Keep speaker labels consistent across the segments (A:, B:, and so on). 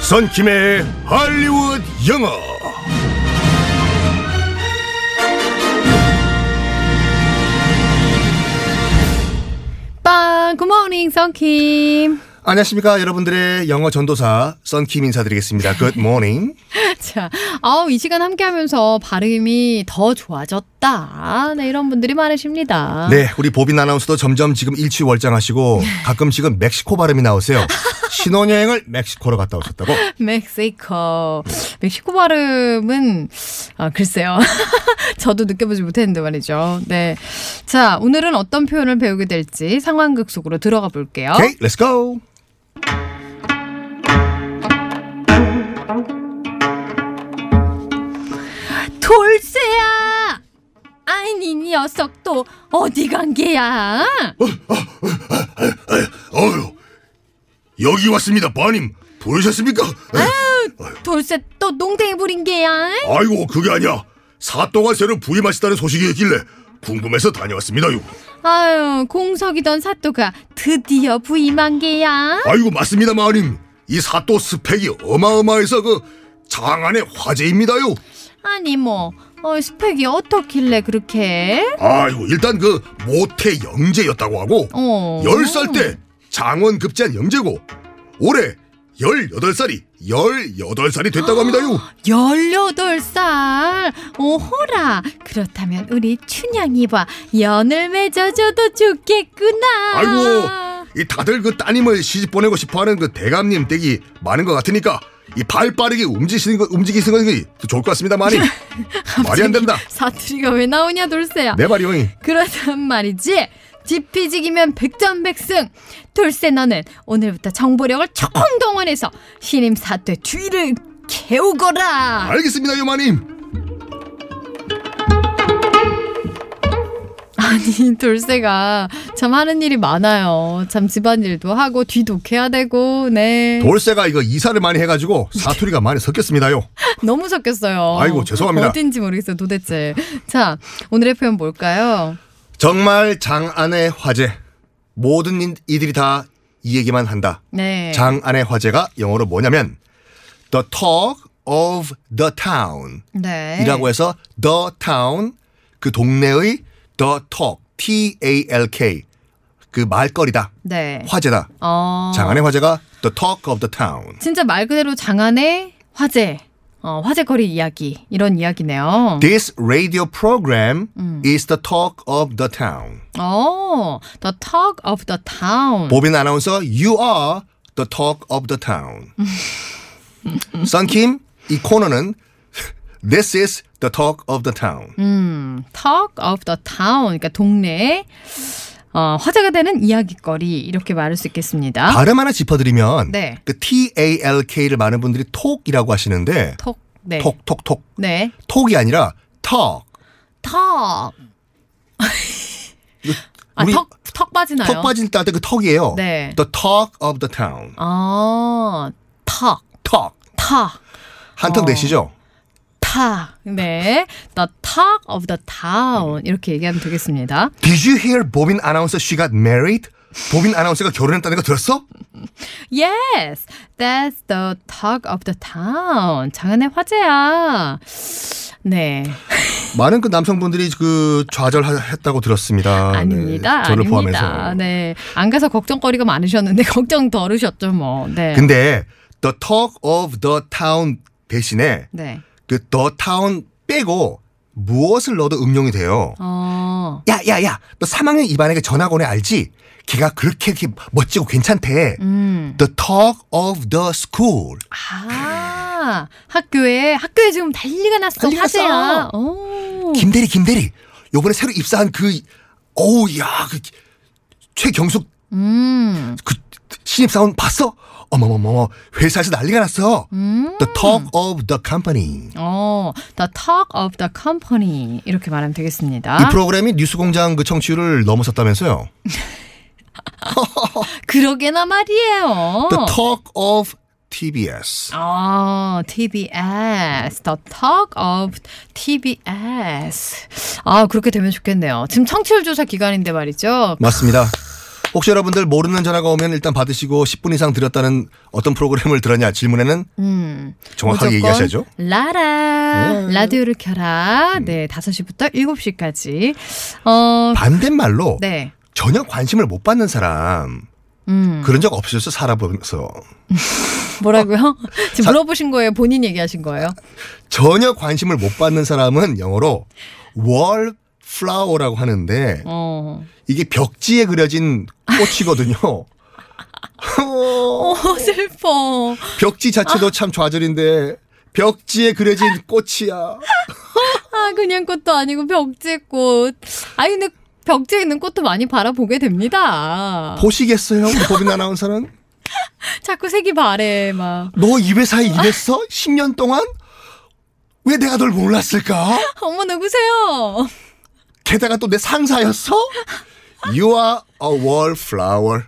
A: 선킴의 할리우드 영어.
B: 빵! 굿모닝, 썬킴.
A: 안녕하십니까 여러분들의 영어 전도사 선킴 인사드리겠습니다. Good morning.
B: 자, 아우, 이 시간 함께 하면서 발음이 더 좋아졌다. 네, 이런 분들이 많으십니다.
A: 네, 우리 보빈 아나운서도 점점 지금 일취월장하시고 가끔씩은 멕시코 발음이 나오세요. 신혼여행을 멕시코로 갔다 오셨다고.
B: 멕시코. 멕시코 발음은, 아, 글쎄요. 저도 느껴보지 못했는데 말이죠. 네. 자, 오늘은 어떤 표현을 배우게 될지 상황극 속으로 들어가 볼게요.
A: Okay, let's go.
B: 돌쇠야! 아니, 이 녀석 또 어디 간 게야?
A: 어휴, 여기 왔습니다, 바님. 부르셨습니까? 네.
B: 돌쇠 또 농땡이 부린 게야?
A: 아이고, 그게 아니야. 사또가 새로 부임하시다는 소식이 있길래 궁금해서 다녀왔습니다요.
B: 아유, 공석이던 사또가 드디어 부임한 게야.
A: 아이고 맞습니다 마님 이 사또 스펙이 어마어마해서 그 장안의 화제입니다요
B: 아니 뭐 어, 스펙이 어떻길래 그렇게?
A: 아이고 일단 그 모태 영재였다고 하고
B: 어.
A: 열 살 때 장원 급제한 영재고 올해 18살이 18살이 됐다고 합니다요
B: 18살. 오호라. 그렇다면 우리 춘향이 봐. 연을 맺어줘도 좋겠구나.
A: 아이고. 이 다들 그 따님을 시집 보내고 싶어하는 그 대감님 댁이 많은 것 같으니까 이 발 빠르게 움직이시는 거 움직이시는 것이 좋을 것 같습니다 마님 말이 안 된다
B: 사투리가 왜 나오냐, 돌쇠야.
A: 내 말이 형이
B: 그렇단 말이지. 지피지기면 백전백승. 돌쇠 너는 오늘부터 정보력을 총동원해서 신임 사또의 뒤를 개우거라.
A: 알겠습니다 요 마님
B: 아니 돌쇠가 참 하는 일이 많아요. 참 집안일도 하고 뒤도 캐야 되고 네
A: 돌쇠가 이거 이사를 많이 해가지고 사투리가 많이 섞였습니다요
B: 너무 섞였어요.
A: 아이고, 죄송합니다.
B: 어딘지 모르겠어요 도대체. 자 오늘의 표현 뭘까요?
A: 정말 장안의 화제. 모든 인- 이들이 다 이 얘기만 한다.
B: 네.
A: 장안의 화제가 영어로 뭐냐면 the talk of the town
B: 네.
A: 이라고 해서 the town 그 동네의 the talk T A L K 그 말거리다.
B: 네.
A: 화제다.
B: 어.
A: 장안의 화제가 the talk of the town.
B: 진짜 말 그대로 장안의 화제, 어, 화제거리 이야기 이런 이야기네요.
A: This radio program
B: 음.
A: is the talk of the town.
B: 어, the talk of the town.
A: 보빈 아나운서, you are the talk of the town. 썬킴, 이 코너는 This is the talk of the town.
B: 음? talk of the town. 그러니까 동네 어, 화제가 되는 이야기거리 이렇게 말할 수 있겠습니다.
A: 발음 하나 짚어드리면
B: 네.
A: 그 T-A-L-K를 많은 분들이 톡이라고 하시는데
B: 톡. 네.
A: 톡, 톡, 톡.
B: 네.
A: 톡이 아니라 턱.
B: 턱. 아,
A: 우리
B: 턱, 턱 빠지나요?
A: 턱 빠질 때 할 때 그 턱이에요.
B: 네.
A: The talk of the town.
B: 아, 턱.
A: 턱.
B: 턱. 어.
A: 한턱 내시죠?
B: 탁. 네. The talk of the
A: 음.
B: town. 이렇게 얘기하면 되겠습니다.
A: Did you hear 보빈 아나운서 she got married? 보빈 아나운서가 결혼했다는 거 들었어?
B: Yes, that's the talk of the town. 장안의 화제야. 네.
A: 많은 그 남성분들이 그 좌절했다고 들었습니다.
B: 아닙니다.
A: 네, 저를
B: 아닙니다.
A: 포함해서.
B: 네. 안 가서 걱정거리가 많으셨는데 걱정 덜으셨죠, 뭐. 네.
A: 근데 the talk of the town 대신에
B: 네.
A: 그 the town 빼고 무엇을 넣어도 음용이 돼요.
B: 어.
A: 야, 야, 야, 너 3학년 이반에게 전학 오네 알지? 걔가 그렇게 이렇게 멋지고 괜찮대.
B: 음.
A: The talk of the school.
B: 아. 학교에 학교에 지금 난리가 났어.
A: 난리가
B: 화제야.
A: 났어.
B: 오.
A: 김대리, 김대리. 요번에 새로 입사한 그, 어우, 야, 그, 최경숙
B: 음.
A: 그 신입사원 봤어? 어머머머머 회사에서 난리가 났어. The talk of the company.
B: 음. 어. The talk of the company. 이렇게 말하면 되겠습니다.
A: 이 프로그램이 뉴스공장 그 청취율을 넘어섰다면서요.
B: 그러게나 말이에요.
A: The talk of TBS.
B: 아, TBS. The Talk of TBS. 아, 그렇게 되면 좋겠네요. 지금 청취율 조사 기간인데 말이죠.
A: 맞습니다. 혹시 여러분들 모르는 전화가 오면 일단 받으시고 10분 이상 드렸다는 어떤 프로그램을 들었냐 질문에는
B: 음.
A: 정확하게
B: 무조건
A: 얘기하셔야죠. 네. 음.
B: 라라. 라디오를 켜라. 네, 5시부터 7시까지. 어,
A: 반대말로
B: 네.
A: 전혀 관심을 못 받는 사람
B: 음.
A: 그런 적 없으셨어 살아보면서 어.
B: 뭐라고요? 지금
A: 자-
B: 물어보신 거예요? 본인 얘기하신 거예요?
A: 전혀 관심을 못 받는 사람은 영어로 월 플라워라고 하는데
B: 어.
A: 이게 벽지에 그려진 꽃이거든요. 어,
B: 어, 슬퍼.
A: 벽지 자체도 참 좌절인데 벽지에 그려진 꽃이야.
B: 아, 그냥 꽃도 아니고 벽지꽃. 아, 근데 벽지에 있는 꽃도 많이 바라보게 됩니다.
A: 보시겠어요? 우리 법인 아나운서는
B: 자꾸 색이 바래, 막.
A: 너 이 회사에 일했어? 10년 동안 왜 내가 널 몰랐을까?
B: 어머, 누구세요?
A: 게다가 또 내 상사였어? You are a wallflower.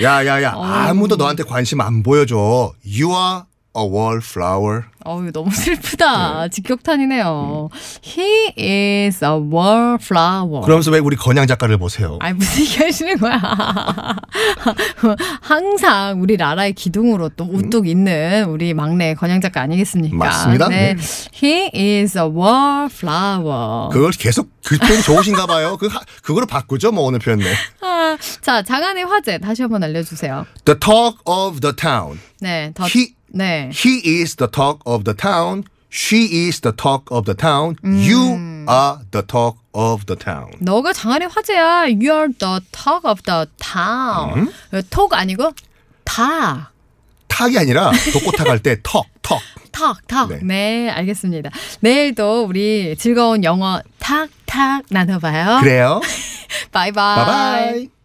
A: 야야야 아무도 너한테 관심 안 보여줘. You are a wallflower.
B: 어우, 너무
A: 네.
B: 슬프다. 직격탄이네요. He is a wallflower.
A: 그러면서 왜 우리 건양 작가를 보세요?
B: 어. 아니 무슨 얘기 하시는 거야. 항상 우리 라라의 기둥으로 또 우뚝 있는 우리 막내 권양 작가 아니겠습니까?
A: 음. 맞습니다.
B: 네. He is a wallflower.
A: 그걸 계속 그 표현 좋으신가 봐요. 그 하- 그거로 바꾸죠 뭐 오늘 표현네.
B: 아, 자, 장안의 화제 다시 한번 알려주세요.
A: The talk of the town.
B: 네, 더
A: He
B: 네.
A: He is the talk of the town. She is the talk of the town. You are the talk of the town.
B: 너가 장안의 화제야. You're the talk of the town.
A: 음.
B: 톡 아니고 다.
A: 탁이 아니라 독고탁 할 때 턱, 턱.
B: 탁, 탁.
A: 네.
B: 네. 알겠습니다. 내일도 우리 즐거운 영어 탁, 탁 나눠봐요.
A: 그래요?
B: 바이바이.
A: 바이바이.